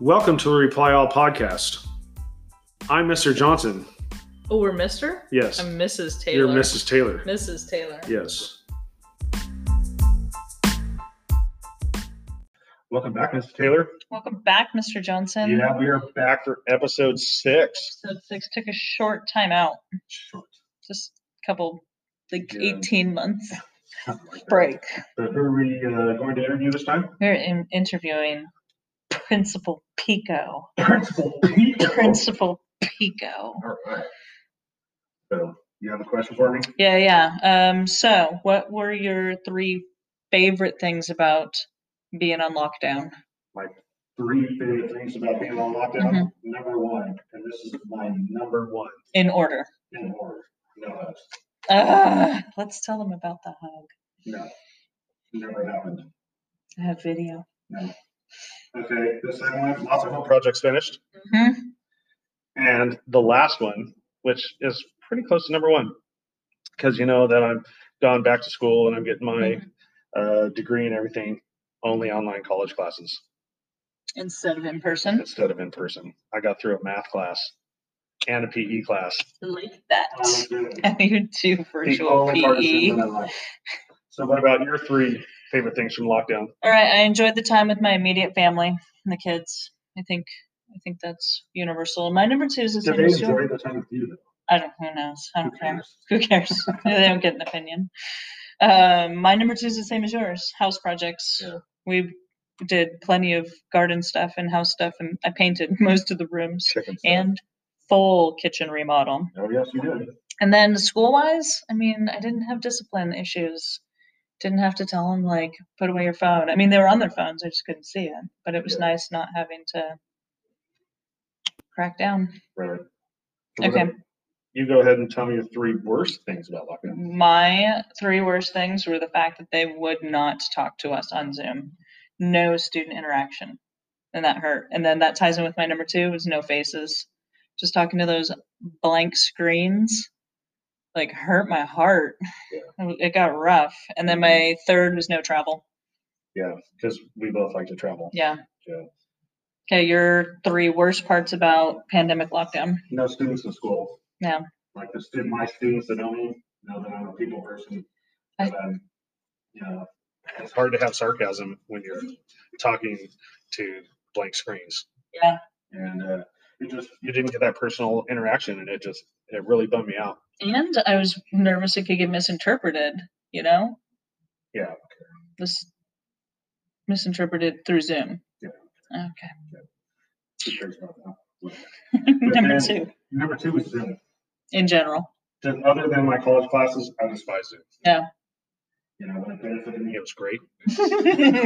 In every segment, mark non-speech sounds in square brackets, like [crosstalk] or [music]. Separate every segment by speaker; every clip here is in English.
Speaker 1: Welcome to the Reply All podcast. I'm Mr. Johnson.
Speaker 2: Oh, we're Mr.?
Speaker 1: Yes.
Speaker 2: I'm Mrs. Taylor.
Speaker 1: You're Mrs. Taylor.
Speaker 2: Mrs. Taylor.
Speaker 1: Yes.
Speaker 3: Welcome back, Mr. Taylor.
Speaker 2: Welcome back, Mr. Johnson.
Speaker 3: Yeah, we are back for episode six.
Speaker 2: Episode six took a short time out,
Speaker 3: Short.
Speaker 2: just a couple, like
Speaker 3: Yeah.
Speaker 2: 18 months break.
Speaker 3: So who are we uh, going to interview this time? [laughs]
Speaker 2: We're in- interviewing Principal Pico.
Speaker 3: Oh. Principal Pete.
Speaker 2: Principal Pico.
Speaker 3: All right. So you have a question for me?
Speaker 2: Yeah, yeah. Um, so, what were your three favorite things about being on lockdown?
Speaker 3: Three favorite things about being on lockdown.
Speaker 2: Mm-hmm.
Speaker 3: Number one, and this is my number one
Speaker 2: In order.
Speaker 3: in order. No hugs.
Speaker 2: Ugh, let's tell them about the hug.
Speaker 3: No. Never happened.
Speaker 2: I have video.
Speaker 3: Okay. The second one, lots of home projects finished.
Speaker 2: hmm
Speaker 3: And the last one, which is pretty close to number one, because you know that I'm gone back to school and I'm getting my uh, degree and everything only online college classes
Speaker 2: Instead of in person.
Speaker 3: instead of in person. I got through a math class and a PE class.
Speaker 2: like [laughs] that. And you do
Speaker 3: The
Speaker 2: virtual E.
Speaker 3: only
Speaker 2: PE.
Speaker 3: Um, partisan that I like. So, what about your three favorite things from lockdown?
Speaker 2: All right, I enjoyed the time with my immediate family and the kids. I think I think that's universal. And my number two is the
Speaker 3: Did
Speaker 2: same
Speaker 3: they
Speaker 2: as yours.
Speaker 3: enjoy the time with you?
Speaker 2: I don't. Who knows? I
Speaker 3: Though?
Speaker 2: don't care. Who cares?
Speaker 3: [laughs]
Speaker 2: they don't get an opinion. Um, my number two is the same as yours. House projects.
Speaker 3: Yeah.
Speaker 2: We did plenty of garden stuff and house stuff, and I painted [laughs] most of the rooms
Speaker 3: Chicken stuff.
Speaker 2: and full kitchen remodel.
Speaker 3: oh yes, you did.
Speaker 2: And then school wise, I mean, I didn't have discipline issues. Didn't have to tell them like put away your phone. I mean, they were on their phones. I just couldn't see it. But it was
Speaker 3: Yeah.
Speaker 2: nice not having to crack down.
Speaker 3: Right.
Speaker 2: Okay.
Speaker 3: You go ahead and tell me your three worst things about lockdown.
Speaker 2: My three worst things were the fact that they would not talk to us on Zoom. No student interaction. And that hurt. And then that ties in with my number two was no faces. Just talking to those blank screens like hurt my heart. It got rough. And then my third was no travel.
Speaker 3: Yeah, because we both like to travel.
Speaker 2: Yeah.
Speaker 3: Yeah.
Speaker 2: Okay, your three worst parts about pandemic lockdown.
Speaker 3: No students in school.
Speaker 2: Yeah.
Speaker 3: Like the student, my students that know me know that I'm a people person.
Speaker 2: I-
Speaker 3: But I'm, you know, it's hard to have sarcasm when you're talking to blank screens.
Speaker 2: Yeah.
Speaker 3: And uh, it just you didn't get that personal interaction, and it just it really bummed me out.
Speaker 2: And I was nervous it could get misinterpreted, you know?
Speaker 3: Yeah.
Speaker 2: This misinterpreted through Zoom.
Speaker 3: Yeah.
Speaker 2: Okay.
Speaker 3: Who cares about that?
Speaker 2: Number
Speaker 3: then-
Speaker 2: two,
Speaker 3: Number two is Zoom.
Speaker 2: in [laughs] general.
Speaker 3: Just other than my college classes, I despise Zoom.
Speaker 2: Yeah.
Speaker 3: You know, when it benefited me, it was great.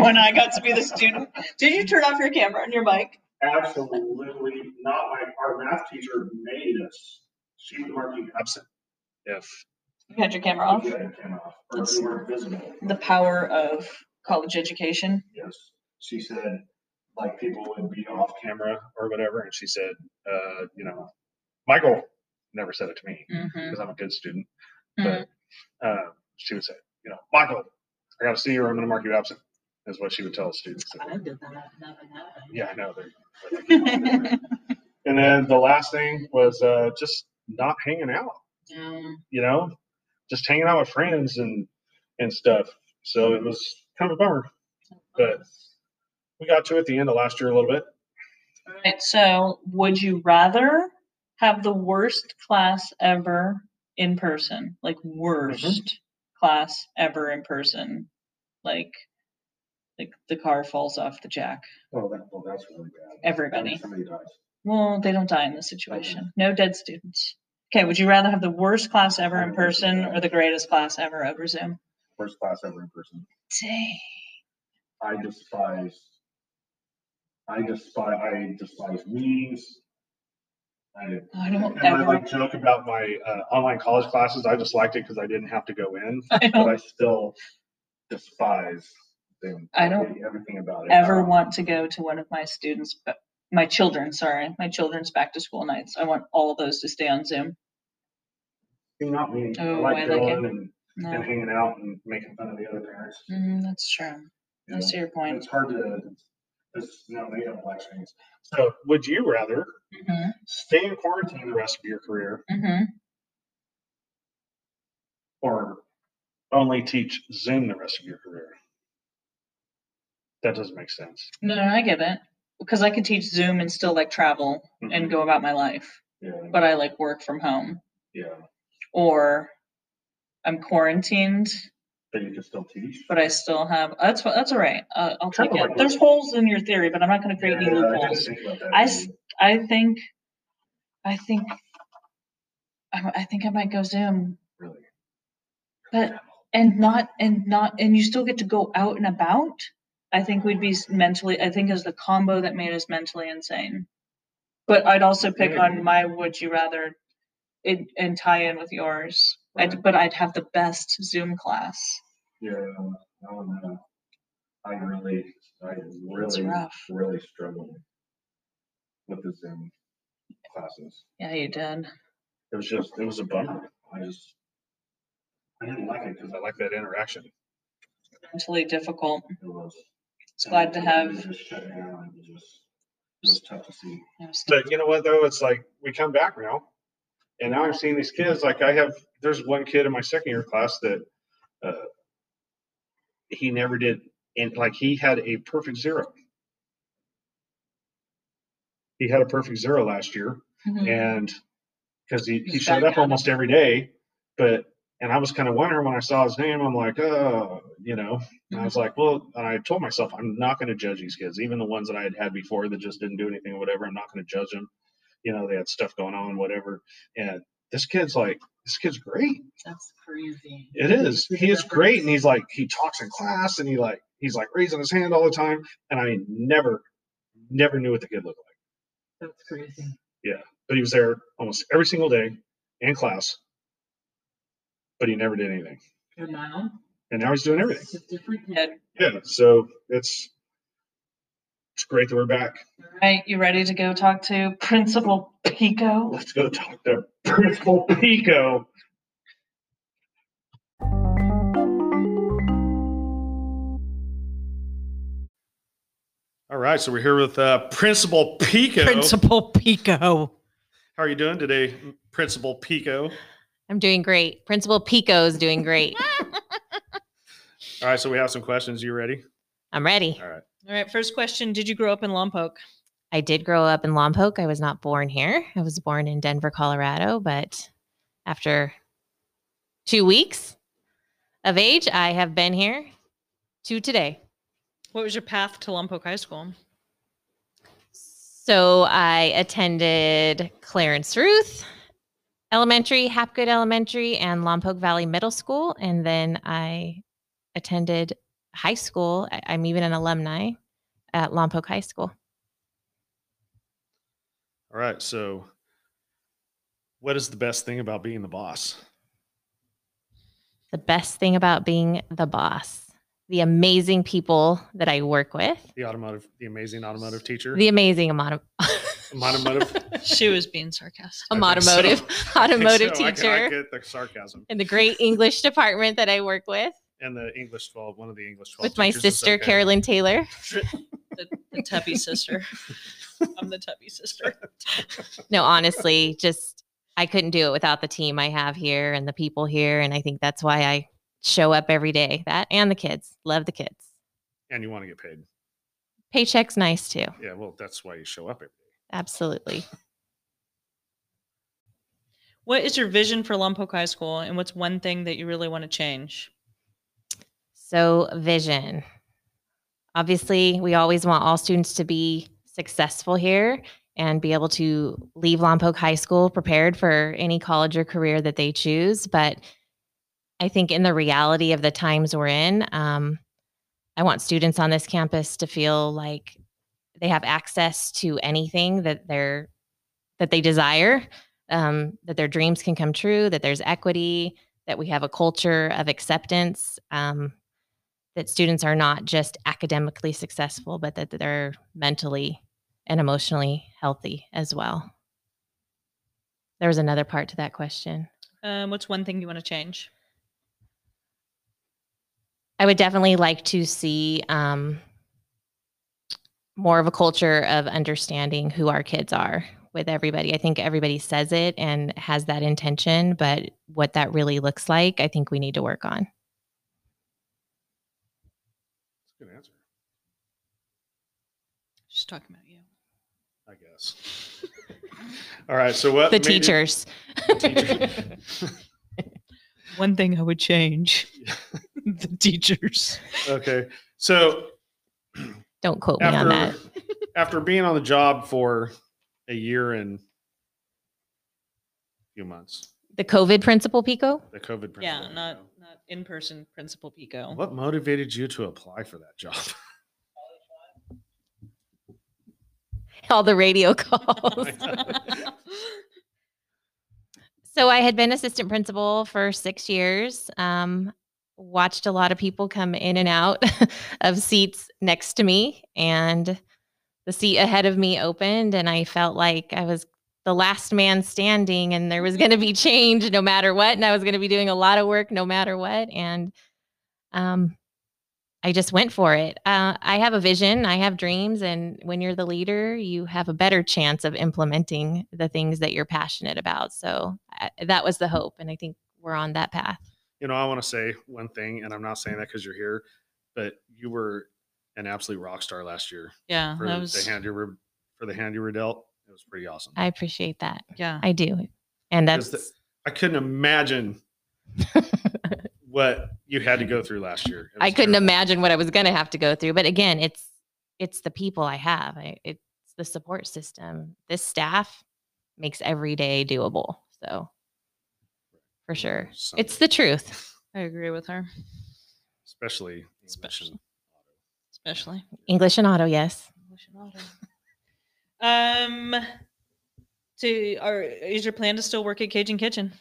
Speaker 2: when I got to be the student. Did you turn off your camera and your mic?
Speaker 3: Absolutely not. My, our math teacher made us. She would mark you absent if
Speaker 2: You had your camera off?
Speaker 3: you had a camera off, or if
Speaker 2: That's-
Speaker 3: you weren't visible.
Speaker 2: The power of college education.
Speaker 3: Yes. She said, like, people would be off camera or whatever. And she said, uh, you know, Michael never said it to me
Speaker 2: Mm-hmm. Mm.
Speaker 3: because I'm a good student. But uh, she would say, you know, Michael, I got to see you or I'm going to mark you absent, is what she would tell students.
Speaker 2: did that. Nothing happened.
Speaker 3: Yeah, I know. They're, they're
Speaker 2: [laughs]
Speaker 3: like- and then the last thing was uh, just not hanging out. you know, just hanging out with friends and and stuff. So it was kind of a bummer. But we got to it at the end of last year a little bit.
Speaker 2: All right, so would you rather have the worst class ever in person? Like
Speaker 3: Mm-hmm.
Speaker 2: worst class ever in person. Like like the car falls off the jack.
Speaker 3: Oh, that, well, that's really bad.
Speaker 2: Everybody.
Speaker 3: Somebody dies.
Speaker 2: Well, they don't die in this situation. No dead students. Okay, would you rather have the worst class ever in person or the greatest class ever over Zoom?
Speaker 3: First class ever in person.
Speaker 2: Dang.
Speaker 3: I despise. I despise. I despise memes. I,
Speaker 2: I don't
Speaker 3: and I
Speaker 2: ever
Speaker 3: like joke about my uh, online college classes. I just liked it because I didn't have to go in,
Speaker 2: [laughs] I
Speaker 3: but
Speaker 2: don't
Speaker 3: I still despise them.
Speaker 2: I don't
Speaker 3: hate everything about it.
Speaker 2: ever want to go to one of my students but my children, sorry, my children's back to school nights. I want all those to stay on Zoom.
Speaker 3: Not me. I
Speaker 2: Oh, I
Speaker 3: like
Speaker 2: like it.
Speaker 3: going and and [laughs]
Speaker 2: No.
Speaker 3: hanging out and making fun of the other parents.
Speaker 2: Mm, that's true.
Speaker 3: you
Speaker 2: I
Speaker 3: know.
Speaker 2: see your point.
Speaker 3: It's hard to This is now they have elections. So, would you rather
Speaker 2: Mm-hmm.
Speaker 3: stay in quarantine the rest of your career
Speaker 2: Mm-hmm.
Speaker 3: or only teach Zoom the rest of your career? That doesn't make sense.
Speaker 2: No, no, I get it. Because I could teach Zoom and still like travel and go about my life,
Speaker 3: Mm-hmm. Yeah.
Speaker 2: but I like work from home
Speaker 3: Yeah.
Speaker 2: or I'm quarantined,
Speaker 3: But you can still teach.
Speaker 2: but I still have. That's what. That's all right. Uh, I'll take
Speaker 3: Kinda
Speaker 2: it.
Speaker 3: like-
Speaker 2: There's holes in your theory, but I'm not going to create any
Speaker 3: I didn't
Speaker 2: loopholes.
Speaker 3: think about that.
Speaker 2: I s- I think, I think, I, I think I might go Zoom
Speaker 3: really.
Speaker 2: But- and not and not and you still get to go out and about. I think we'd be s- mentally. I think is the combo that made us mentally insane. But I'd also pick on my would you rather, it, and tie in with yours. I'd,
Speaker 3: Right.
Speaker 2: but I'd have the best Zoom class.
Speaker 3: Yeah, I don't know. I really, I really,
Speaker 2: rough.
Speaker 3: really struggled with the Zoom classes.
Speaker 2: Yeah, you did.
Speaker 3: It was just, it was a bummer. I just, I didn't like it because I like that interaction. It
Speaker 2: Mentally difficult.
Speaker 3: was.
Speaker 2: It's glad to
Speaker 3: It was
Speaker 2: have.
Speaker 3: just shut down. It was just, it was tough to see.
Speaker 2: you know, stuff.
Speaker 3: But you know what though? It's like we come back now, and now I'm seeing these kids. Like I have, there's one kid in my second year class that uh, he never did, and like he had a perfect zero. He had a perfect zero last year,
Speaker 2: Mhm.
Speaker 3: and because he, he
Speaker 2: He's
Speaker 3: showed
Speaker 2: back
Speaker 3: up
Speaker 2: at it.
Speaker 3: almost every day, but and I was kind of wondering when I saw his name, I'm like, oh, you know, and I was like, well, and I told myself I'm not going to judge these kids, even the ones that I had had before that just didn't do anything or whatever. I'm not going to judge them. You know, they had stuff going on, whatever. And this kid's like, this kid's great.
Speaker 2: That's crazy.
Speaker 3: It is.
Speaker 2: He's a
Speaker 3: He is
Speaker 2: different-
Speaker 3: great, and [laughs] he's like, he talks in class, and he like, he's like raising his hand all the time, and I never, never knew what the kid looked like.
Speaker 2: That's crazy.
Speaker 3: But he was there almost every single day in class, but he never did anything.
Speaker 2: And now?
Speaker 3: And now he's doing everything.
Speaker 2: It's a different kid.
Speaker 3: Yeah. So it's it's great that we're back.
Speaker 2: All right, you ready to go talk to Principal Pico?
Speaker 3: Let's go talk to Principal Pico.
Speaker 1: All right, so we're here with uh, Principal Pico.
Speaker 4: Principal Pico.
Speaker 1: How are you doing today, Principal Pico?
Speaker 5: I'm doing great. Principal Pico is doing great.
Speaker 1: All right, so we have some questions. You ready?
Speaker 5: I'm ready.
Speaker 1: All right.
Speaker 4: All right, first question. Did you grow up in Lompoc?
Speaker 5: I did grow up in Lompoc. I was not born here. I was born in Denver, Colorado, but after two weeks of age, I have been here to today.
Speaker 4: What was your path to Lompoc High School?
Speaker 5: So I attended Clarence Ruth Elementary, Hapgood Elementary, and Lompoc Valley Middle School. And then I attended high school. I- I'm even an alumni at Lompoc High School.
Speaker 1: All right. So, what is the best thing about being the boss?
Speaker 5: the best thing about being the boss the amazing people that i work with
Speaker 1: The automotive, the amazing automotive teacher,
Speaker 5: the amazing amount of
Speaker 1: automotive,
Speaker 4: She was being sarcastic.
Speaker 1: [laughs]
Speaker 5: Um,
Speaker 1: I think so.
Speaker 5: automotive-
Speaker 1: I think
Speaker 5: [laughs] automotive
Speaker 1: so. [laughs] I can- I
Speaker 5: teacher.
Speaker 1: get the sarcasm
Speaker 5: and the great english department that i work with
Speaker 1: and the English twelve. One of the English twelve
Speaker 5: with my
Speaker 1: teachers is
Speaker 5: sister
Speaker 1: okay. [laughs]
Speaker 5: carolyn taylor
Speaker 4: The, the
Speaker 2: [laughs]
Speaker 4: Tubby sister. I'm the Tubby sister.
Speaker 5: no honestly just i couldn't do it without the team i have here and the people here and i think that's why i show up every day that and the kids love the kids
Speaker 1: And you want to get paid?
Speaker 5: paycheck's nice too
Speaker 1: Yeah. Well, that's why you show up every day.
Speaker 5: absolutely
Speaker 4: What is your vision for Lompoc High School and what's one thing that you really want to change?
Speaker 5: So, vision. Obviously, we always want all students to be successful here and be able to leave Lompoc High School prepared for any college or career that they choose. But I think in the reality of the times we're in, um, I want students on this campus to feel like they have access to anything that they're that they desire, um, that their dreams can come true, that there's equity, that we have a culture of acceptance, um, that students are not just academically successful, but that they're mentally and emotionally healthy as well. There was another part to that question.
Speaker 4: Um, what's one thing you want to change?
Speaker 5: I would definitely like to see um, more of a culture of understanding who our kids are with everybody. I think everybody says it and has that intention, but what that really looks like, I think we need to work on.
Speaker 1: That's a good answer,
Speaker 2: She's talking about you.
Speaker 1: I guess.
Speaker 2: [laughs]
Speaker 1: All right. So what
Speaker 5: The
Speaker 1: made you-
Speaker 5: teachers.
Speaker 1: Teacher.
Speaker 2: One thing I would
Speaker 1: [laughs]
Speaker 2: change the teachers.
Speaker 1: okay. So
Speaker 5: Don't quote me on that.
Speaker 1: after after being on the job for a year and a few months,
Speaker 5: The COVID principal, Pico? [laughs]
Speaker 1: the COVID.
Speaker 2: Yeah,
Speaker 1: pandemic,
Speaker 2: not
Speaker 1: you
Speaker 2: not in person Principal
Speaker 1: know,
Speaker 2: Pico.
Speaker 1: What motivated you to apply for that job? [laughs]
Speaker 5: All the radio [laughs] calls.
Speaker 2: [laughs]
Speaker 5: So I had been assistant principal for six years. Um, watched a lot of people come in and out [laughs] of seats next to me, and the seat ahead of me opened, and I felt like I was the last man standing, and there was going to be [laughs] change no matter what, and I was going to be doing a lot of work no matter what, and um, I just went for it. Uh, I have a vision, I have dreams, and when you're the leader, you have a better chance of implementing the things that you're passionate about. So I, that was the
Speaker 1: Mm-hmm.
Speaker 5: hope, and I think we're on that path.
Speaker 1: you know, I want to say one thing, and I'm not saying that because you're here, but you were an absolute rock star last year
Speaker 2: Yeah,
Speaker 1: for
Speaker 2: Uh-huh, that was
Speaker 1: the hand you were for the hand you were dealt. It was pretty awesome.
Speaker 5: I appreciate that.
Speaker 2: yeah.
Speaker 5: I do, and that's
Speaker 1: Is the- I couldn't imagine
Speaker 5: [laughs]
Speaker 1: what you had to go through last year. It
Speaker 5: I
Speaker 1: was
Speaker 5: couldn't
Speaker 1: terrible.
Speaker 5: imagine what I was going to have to go through. But again, it's it's the people I have. I, it's the support system. This staff makes every day doable. So for sure,
Speaker 1: So-
Speaker 5: it's the truth.
Speaker 2: I agree with her,
Speaker 1: especially English and-
Speaker 2: Especially.
Speaker 1: [laughs]
Speaker 2: especially.
Speaker 5: English and auto, yes.
Speaker 2: English and auto. Um, to are is your plan to still work at Cajun Kitchen?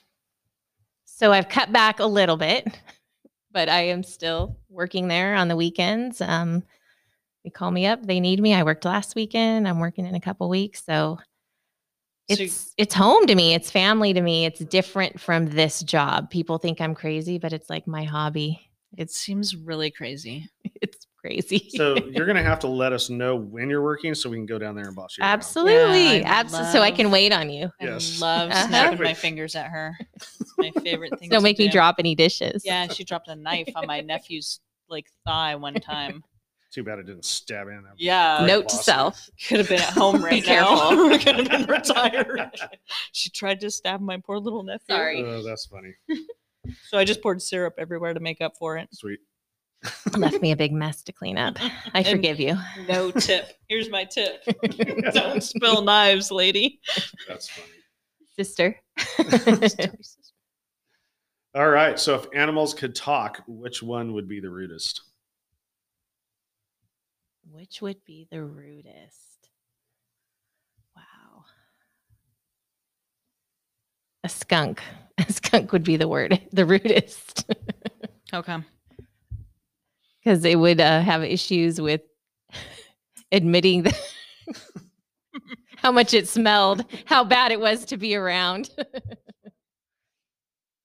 Speaker 5: So I've cut back a little bit, [laughs] but I am still working there on the weekends. Um, they call me up; they need me. I worked last weekend. I'm working in a couple weeks, so
Speaker 2: So you-
Speaker 5: it's it's home to me. It's family to me. It's different from this job. People think I'm crazy, but it's like my hobby. [laughs]
Speaker 2: It
Speaker 5: It's
Speaker 2: seems really crazy.
Speaker 5: it's crazy.
Speaker 1: So you're gonna have to let us know when you're working so we can go down there and boss you. around.
Speaker 5: absolutely,
Speaker 2: Yeah, I
Speaker 5: absolutely. So I can
Speaker 2: love-
Speaker 5: wait on you.
Speaker 1: Yes.
Speaker 2: I [laughs]
Speaker 1: [laughs]
Speaker 2: love
Speaker 5: Uh-huh.
Speaker 2: snapping my fingers at her. It's my favorite thing.
Speaker 5: Don't
Speaker 2: to
Speaker 5: make me
Speaker 2: do.
Speaker 5: drop any dishes.
Speaker 2: Yeah, she dropped a knife on my nephew's like thigh one time.
Speaker 1: Too bad it didn't stab in. That'd be
Speaker 2: Yeah.
Speaker 1: great
Speaker 5: Note to
Speaker 1: boss.
Speaker 5: self. [laughs]
Speaker 2: Could have been at home right now. [laughs]
Speaker 5: careful.
Speaker 2: Could have been retired. she tried to stab my poor little nephew.
Speaker 5: Sorry.
Speaker 1: Oh, that's funny.
Speaker 2: So I just poured syrup everywhere to make up for it.
Speaker 1: Sweet.
Speaker 5: [laughs] Left me a big mess to clean up. I
Speaker 2: [laughs] And-
Speaker 5: forgive you.
Speaker 2: No tip. Here's my tip. Don't spill knives, lady.
Speaker 1: That's funny.
Speaker 5: sister.
Speaker 2: [laughs]
Speaker 1: All right. So if animals could talk, which one would be the rudest?
Speaker 5: Which would be the rudest? Wow. A skunk. [laughs] A skunk would be the word, [laughs] the rudest,
Speaker 2: How come?
Speaker 5: because it would uh, have issues with [laughs] admitting that [laughs] how much it smelled, how bad it was to be around. [laughs]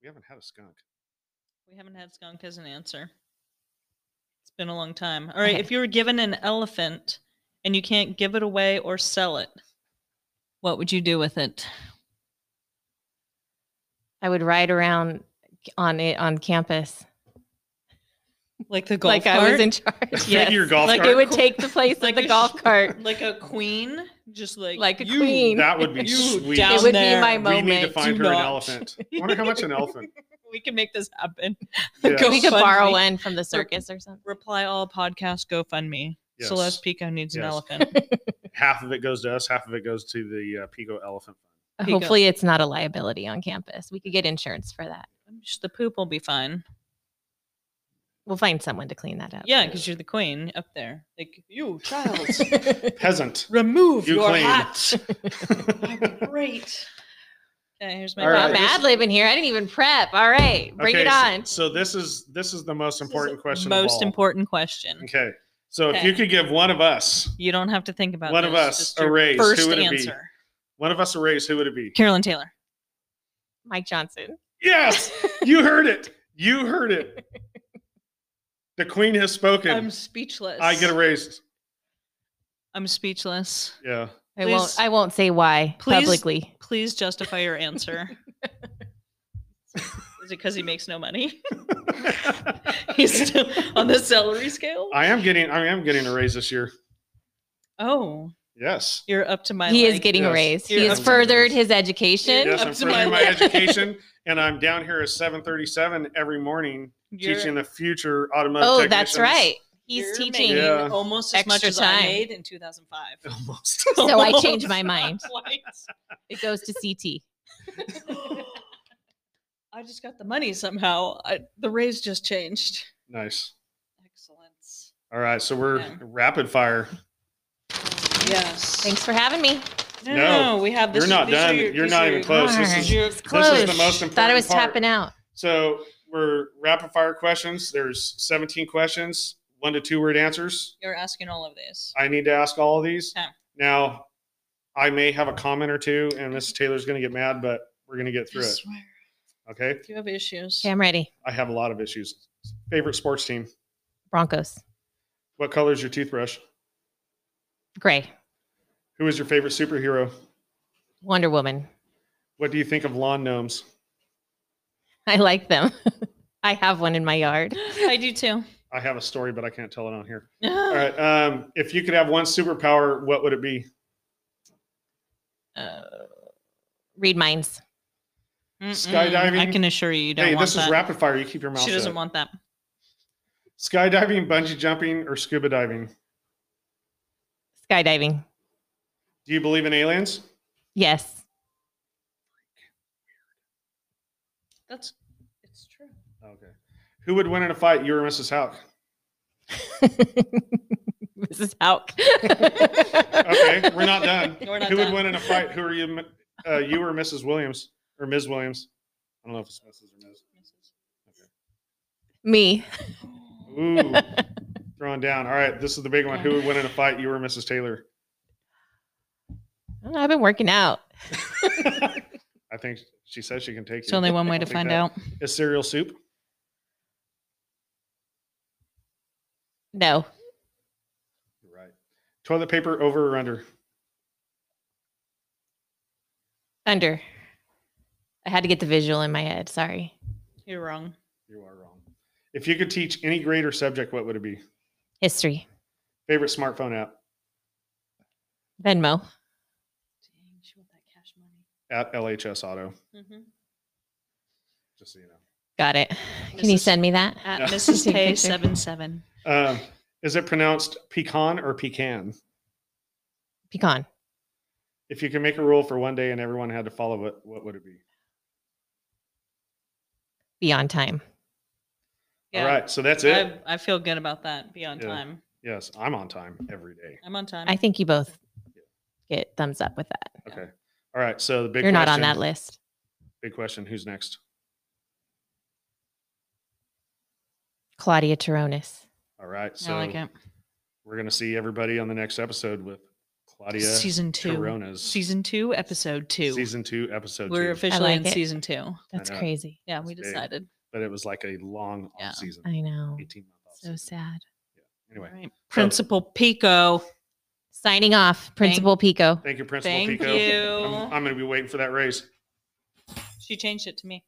Speaker 1: We haven't had a skunk. [laughs]
Speaker 2: We haven't had skunk as an answer. It's been a long time. All right. If you were given an elephant and you can't give it away or sell it, what would you do with it?
Speaker 5: I would ride around on it on campus
Speaker 2: Like the golf
Speaker 5: like
Speaker 2: cart?
Speaker 5: I was in charge.
Speaker 1: Fit
Speaker 5: Yes.
Speaker 1: your golf
Speaker 5: like
Speaker 1: cart?
Speaker 5: it would take the place
Speaker 2: Like
Speaker 5: of
Speaker 2: a
Speaker 5: the golf
Speaker 2: sh-
Speaker 5: cart.
Speaker 2: like a queen, just like
Speaker 5: Like a
Speaker 2: you.
Speaker 5: queen.
Speaker 1: That
Speaker 5: [laughs]
Speaker 1: would be
Speaker 2: You
Speaker 1: sweet.
Speaker 2: down
Speaker 5: it would
Speaker 2: there.
Speaker 5: be my
Speaker 2: We
Speaker 1: we need to
Speaker 5: moment.
Speaker 1: find
Speaker 2: do
Speaker 1: her an
Speaker 2: not.
Speaker 5: [laughs]
Speaker 1: elephant. I wonder how much an elephant.
Speaker 2: We can make this happen.
Speaker 1: Yeah.
Speaker 5: we could
Speaker 2: GoFundMe.
Speaker 5: borrow one from the circus or something.
Speaker 2: Reply all podcast GoFundMe.
Speaker 1: Yes.
Speaker 2: Celeste Pico needs an
Speaker 1: Yes.
Speaker 2: elephant.
Speaker 1: Half of it goes to us. Half of it goes to the uh, Pico Elephant Fund.
Speaker 2: Pico.
Speaker 5: Hopefully, it's not a liability on campus. We could get insurance for that.
Speaker 2: the poop will be fine.
Speaker 5: We'll find someone to clean that up.
Speaker 2: Yeah, because you're the queen up there. Like you, child, [laughs]
Speaker 1: Peasant.
Speaker 2: remove
Speaker 1: You
Speaker 2: your
Speaker 1: queen.
Speaker 2: hat.
Speaker 1: [laughs]
Speaker 2: Great. Okay, here's my
Speaker 1: All
Speaker 5: I'm
Speaker 1: right,
Speaker 5: ad libbing here. I didn't even prep. All right, bring
Speaker 1: Okay,
Speaker 5: it
Speaker 1: so-
Speaker 5: on.
Speaker 1: So, this is this is the most
Speaker 2: This is
Speaker 1: important question. of
Speaker 2: Most
Speaker 1: all.
Speaker 2: important question.
Speaker 1: Okay. So if you
Speaker 2: Okay.
Speaker 1: could give one of us,
Speaker 2: You don't have to think about
Speaker 1: One of
Speaker 2: this,
Speaker 1: us,
Speaker 2: just
Speaker 1: a
Speaker 2: your
Speaker 1: raise. Who
Speaker 2: First
Speaker 1: would it be?
Speaker 2: answer.
Speaker 1: one of us a raise, who would it be?
Speaker 2: Carolyn Taylor.
Speaker 5: Mike Johnson.
Speaker 1: Yes,
Speaker 2: [laughs]
Speaker 1: you heard it. You heard it. The queen has spoken.
Speaker 2: speechless.
Speaker 1: I get a raise.
Speaker 2: I'm speechless.
Speaker 1: Yeah. [laughs]
Speaker 5: I
Speaker 2: Please-
Speaker 5: won't. I won't say why
Speaker 2: please-
Speaker 5: publicly.
Speaker 2: Please justify your answer. [laughs] Is it because he makes no money? [laughs] He's still on the salary scale?
Speaker 1: I am getting I am getting a raise this year.
Speaker 2: Oh,
Speaker 1: Yes.
Speaker 2: you're up to my.
Speaker 5: He is
Speaker 2: like-
Speaker 5: getting
Speaker 1: yes.
Speaker 5: a raise.
Speaker 2: You're
Speaker 5: He has
Speaker 2: up to
Speaker 5: furthered
Speaker 1: raise.
Speaker 5: his education.
Speaker 1: Yes,
Speaker 2: Up
Speaker 1: I'm
Speaker 2: to my
Speaker 1: furthering my
Speaker 2: left.
Speaker 1: education and I'm down here at seven thirty seven every morning
Speaker 2: you're-
Speaker 1: teaching the future automotive.
Speaker 5: Oh, that's
Speaker 1: technicians.
Speaker 5: right. He's
Speaker 2: you're
Speaker 5: teaching.
Speaker 2: making
Speaker 1: Yeah.
Speaker 2: almost as much
Speaker 5: extra
Speaker 2: as I
Speaker 5: time.
Speaker 2: made in 2005. [laughs]
Speaker 1: [laughs] Almost.
Speaker 5: So
Speaker 1: [laughs]
Speaker 5: I changed my mind.
Speaker 2: Almost.
Speaker 5: It goes to CT.
Speaker 2: I just got the money somehow. I, the raise just changed.
Speaker 1: Nice.
Speaker 2: Excellence.
Speaker 1: All right. So we're
Speaker 2: Yeah.
Speaker 1: rapid fire.
Speaker 2: Yes.
Speaker 5: Thanks for having me.
Speaker 2: No,
Speaker 1: No,
Speaker 2: no, we have. This
Speaker 1: You're not
Speaker 2: these are
Speaker 1: done.
Speaker 2: your-
Speaker 1: You're
Speaker 2: these
Speaker 1: not
Speaker 2: are
Speaker 1: even
Speaker 2: your-
Speaker 1: close.
Speaker 5: Darn.
Speaker 1: This is
Speaker 2: your-
Speaker 1: This is the
Speaker 5: Close.
Speaker 1: most
Speaker 5: Thought I
Speaker 1: important
Speaker 5: was
Speaker 1: part.
Speaker 5: tapping out.
Speaker 1: So we're rapid fire questions. There's 17 questions, one to two word answers.
Speaker 2: You're asking all of this.
Speaker 1: I need to ask all of these.
Speaker 2: Okay.
Speaker 1: Now, I may have a comment or two, and Mrs. Taylor's going to get mad, but we're going to get
Speaker 2: I
Speaker 1: through it.
Speaker 2: swear,
Speaker 1: Okay.
Speaker 2: if you have issues.
Speaker 5: Okay, I'm ready.
Speaker 1: I have a lot of issues. Favorite sports team?
Speaker 5: Broncos.
Speaker 1: What color is your toothbrush?
Speaker 5: Gray.
Speaker 1: Who is your favorite superhero?
Speaker 5: Wonder Woman.
Speaker 1: What do you think of lawn gnomes?
Speaker 5: I like them. [laughs] I have one in my yard.
Speaker 2: I do too.
Speaker 1: I have a story, but I can't tell it on here. [laughs] All right. Um, if you could have one superpower, what would it be?
Speaker 5: Uh, read minds.
Speaker 2: Mm-mm. I
Speaker 1: Skydiving?
Speaker 2: can assure you, you don't
Speaker 1: Hey,
Speaker 2: want
Speaker 1: this
Speaker 2: that.
Speaker 1: is rapid fire. You keep your mouth
Speaker 2: she
Speaker 1: shut.
Speaker 2: doesn't want that.
Speaker 1: Skydiving, bungee jumping, or scuba diving?
Speaker 5: Skydiving.
Speaker 1: Do you believe in aliens?
Speaker 5: Yes.
Speaker 2: That's it's true.
Speaker 1: Okay. Who would win in a fight, you or Mrs. Houck?
Speaker 5: Mrs. Hauk.
Speaker 1: Okay, we're not done.
Speaker 2: [laughs] We're not
Speaker 1: Who would
Speaker 2: done.
Speaker 1: win in a fight? Who are you, uh, you or Mrs. Williams or Ms. Williams? I don't know if it's Mrs. or Ms.
Speaker 5: [laughs] Me.
Speaker 2: [laughs]
Speaker 1: Ooh, throwing down. All right, this is the big one. Who would win in a fight, you or Mrs. Taylor?
Speaker 5: I don't know, Oh, I've been working out.
Speaker 1: I think she says she can take
Speaker 2: It's
Speaker 1: [laughs]
Speaker 2: only one way
Speaker 1: I'll
Speaker 2: to
Speaker 1: take
Speaker 2: find
Speaker 1: that.
Speaker 2: out.
Speaker 1: Is cereal soup?
Speaker 5: No.
Speaker 1: You're right. Toilet paper over or under?
Speaker 5: Under. I had to get the visual in my head. Sorry.
Speaker 2: You're wrong.
Speaker 1: You are wrong. If you could teach any grade or subject, what would it be?
Speaker 5: History.
Speaker 1: Favorite smartphone app?
Speaker 5: Venmo.
Speaker 2: Dang, she want that cash money.
Speaker 1: At LHS Auto,
Speaker 2: Mm-hmm.
Speaker 1: just so you know.
Speaker 5: Got it. Can you
Speaker 2: Mrs.
Speaker 5: send me that?
Speaker 2: At
Speaker 1: No.
Speaker 2: Mrs. Tay seven seven.
Speaker 1: [laughs] Um, is it pronounced pecan or pecan?
Speaker 5: Pecan.
Speaker 1: If you could make a rule for one day and everyone had to follow it, what would it be?
Speaker 5: Be on time.
Speaker 1: All right, so that's it.
Speaker 2: I, I feel good about that. Be on
Speaker 1: Yeah.
Speaker 2: time.
Speaker 1: yes, I'm on time every day.
Speaker 2: I'm on time.
Speaker 5: I think you both get thumbs up with that.
Speaker 1: Okay. All right. So the big
Speaker 5: You're not on
Speaker 1: question-
Speaker 5: that list.
Speaker 1: Big question. Who's next?
Speaker 5: Claudia Taronis.
Speaker 1: All right.
Speaker 2: I
Speaker 1: So
Speaker 2: like it.
Speaker 1: we're gonna see everybody on the next episode with Claudia
Speaker 2: Season two.
Speaker 1: Coronas.
Speaker 2: Season two, episode two.
Speaker 1: Season two, episode
Speaker 2: We're
Speaker 1: two.
Speaker 2: officially
Speaker 5: like
Speaker 2: in
Speaker 5: it.
Speaker 2: season two.
Speaker 5: That's
Speaker 1: know.
Speaker 5: crazy.
Speaker 2: Yeah, we
Speaker 1: Big.
Speaker 2: decided.
Speaker 1: But it was like a long
Speaker 2: Yeah.
Speaker 1: off season.
Speaker 5: I know.
Speaker 1: 18 month off
Speaker 5: So sad.
Speaker 1: Anyway,
Speaker 2: All right. Principal Pico.
Speaker 5: Signing off, Principal Pico.
Speaker 1: thank you, Principal
Speaker 2: Thank
Speaker 1: Pico.
Speaker 2: you.
Speaker 1: I'm, I'm gonna be waiting for that raise.
Speaker 2: She changed it to me.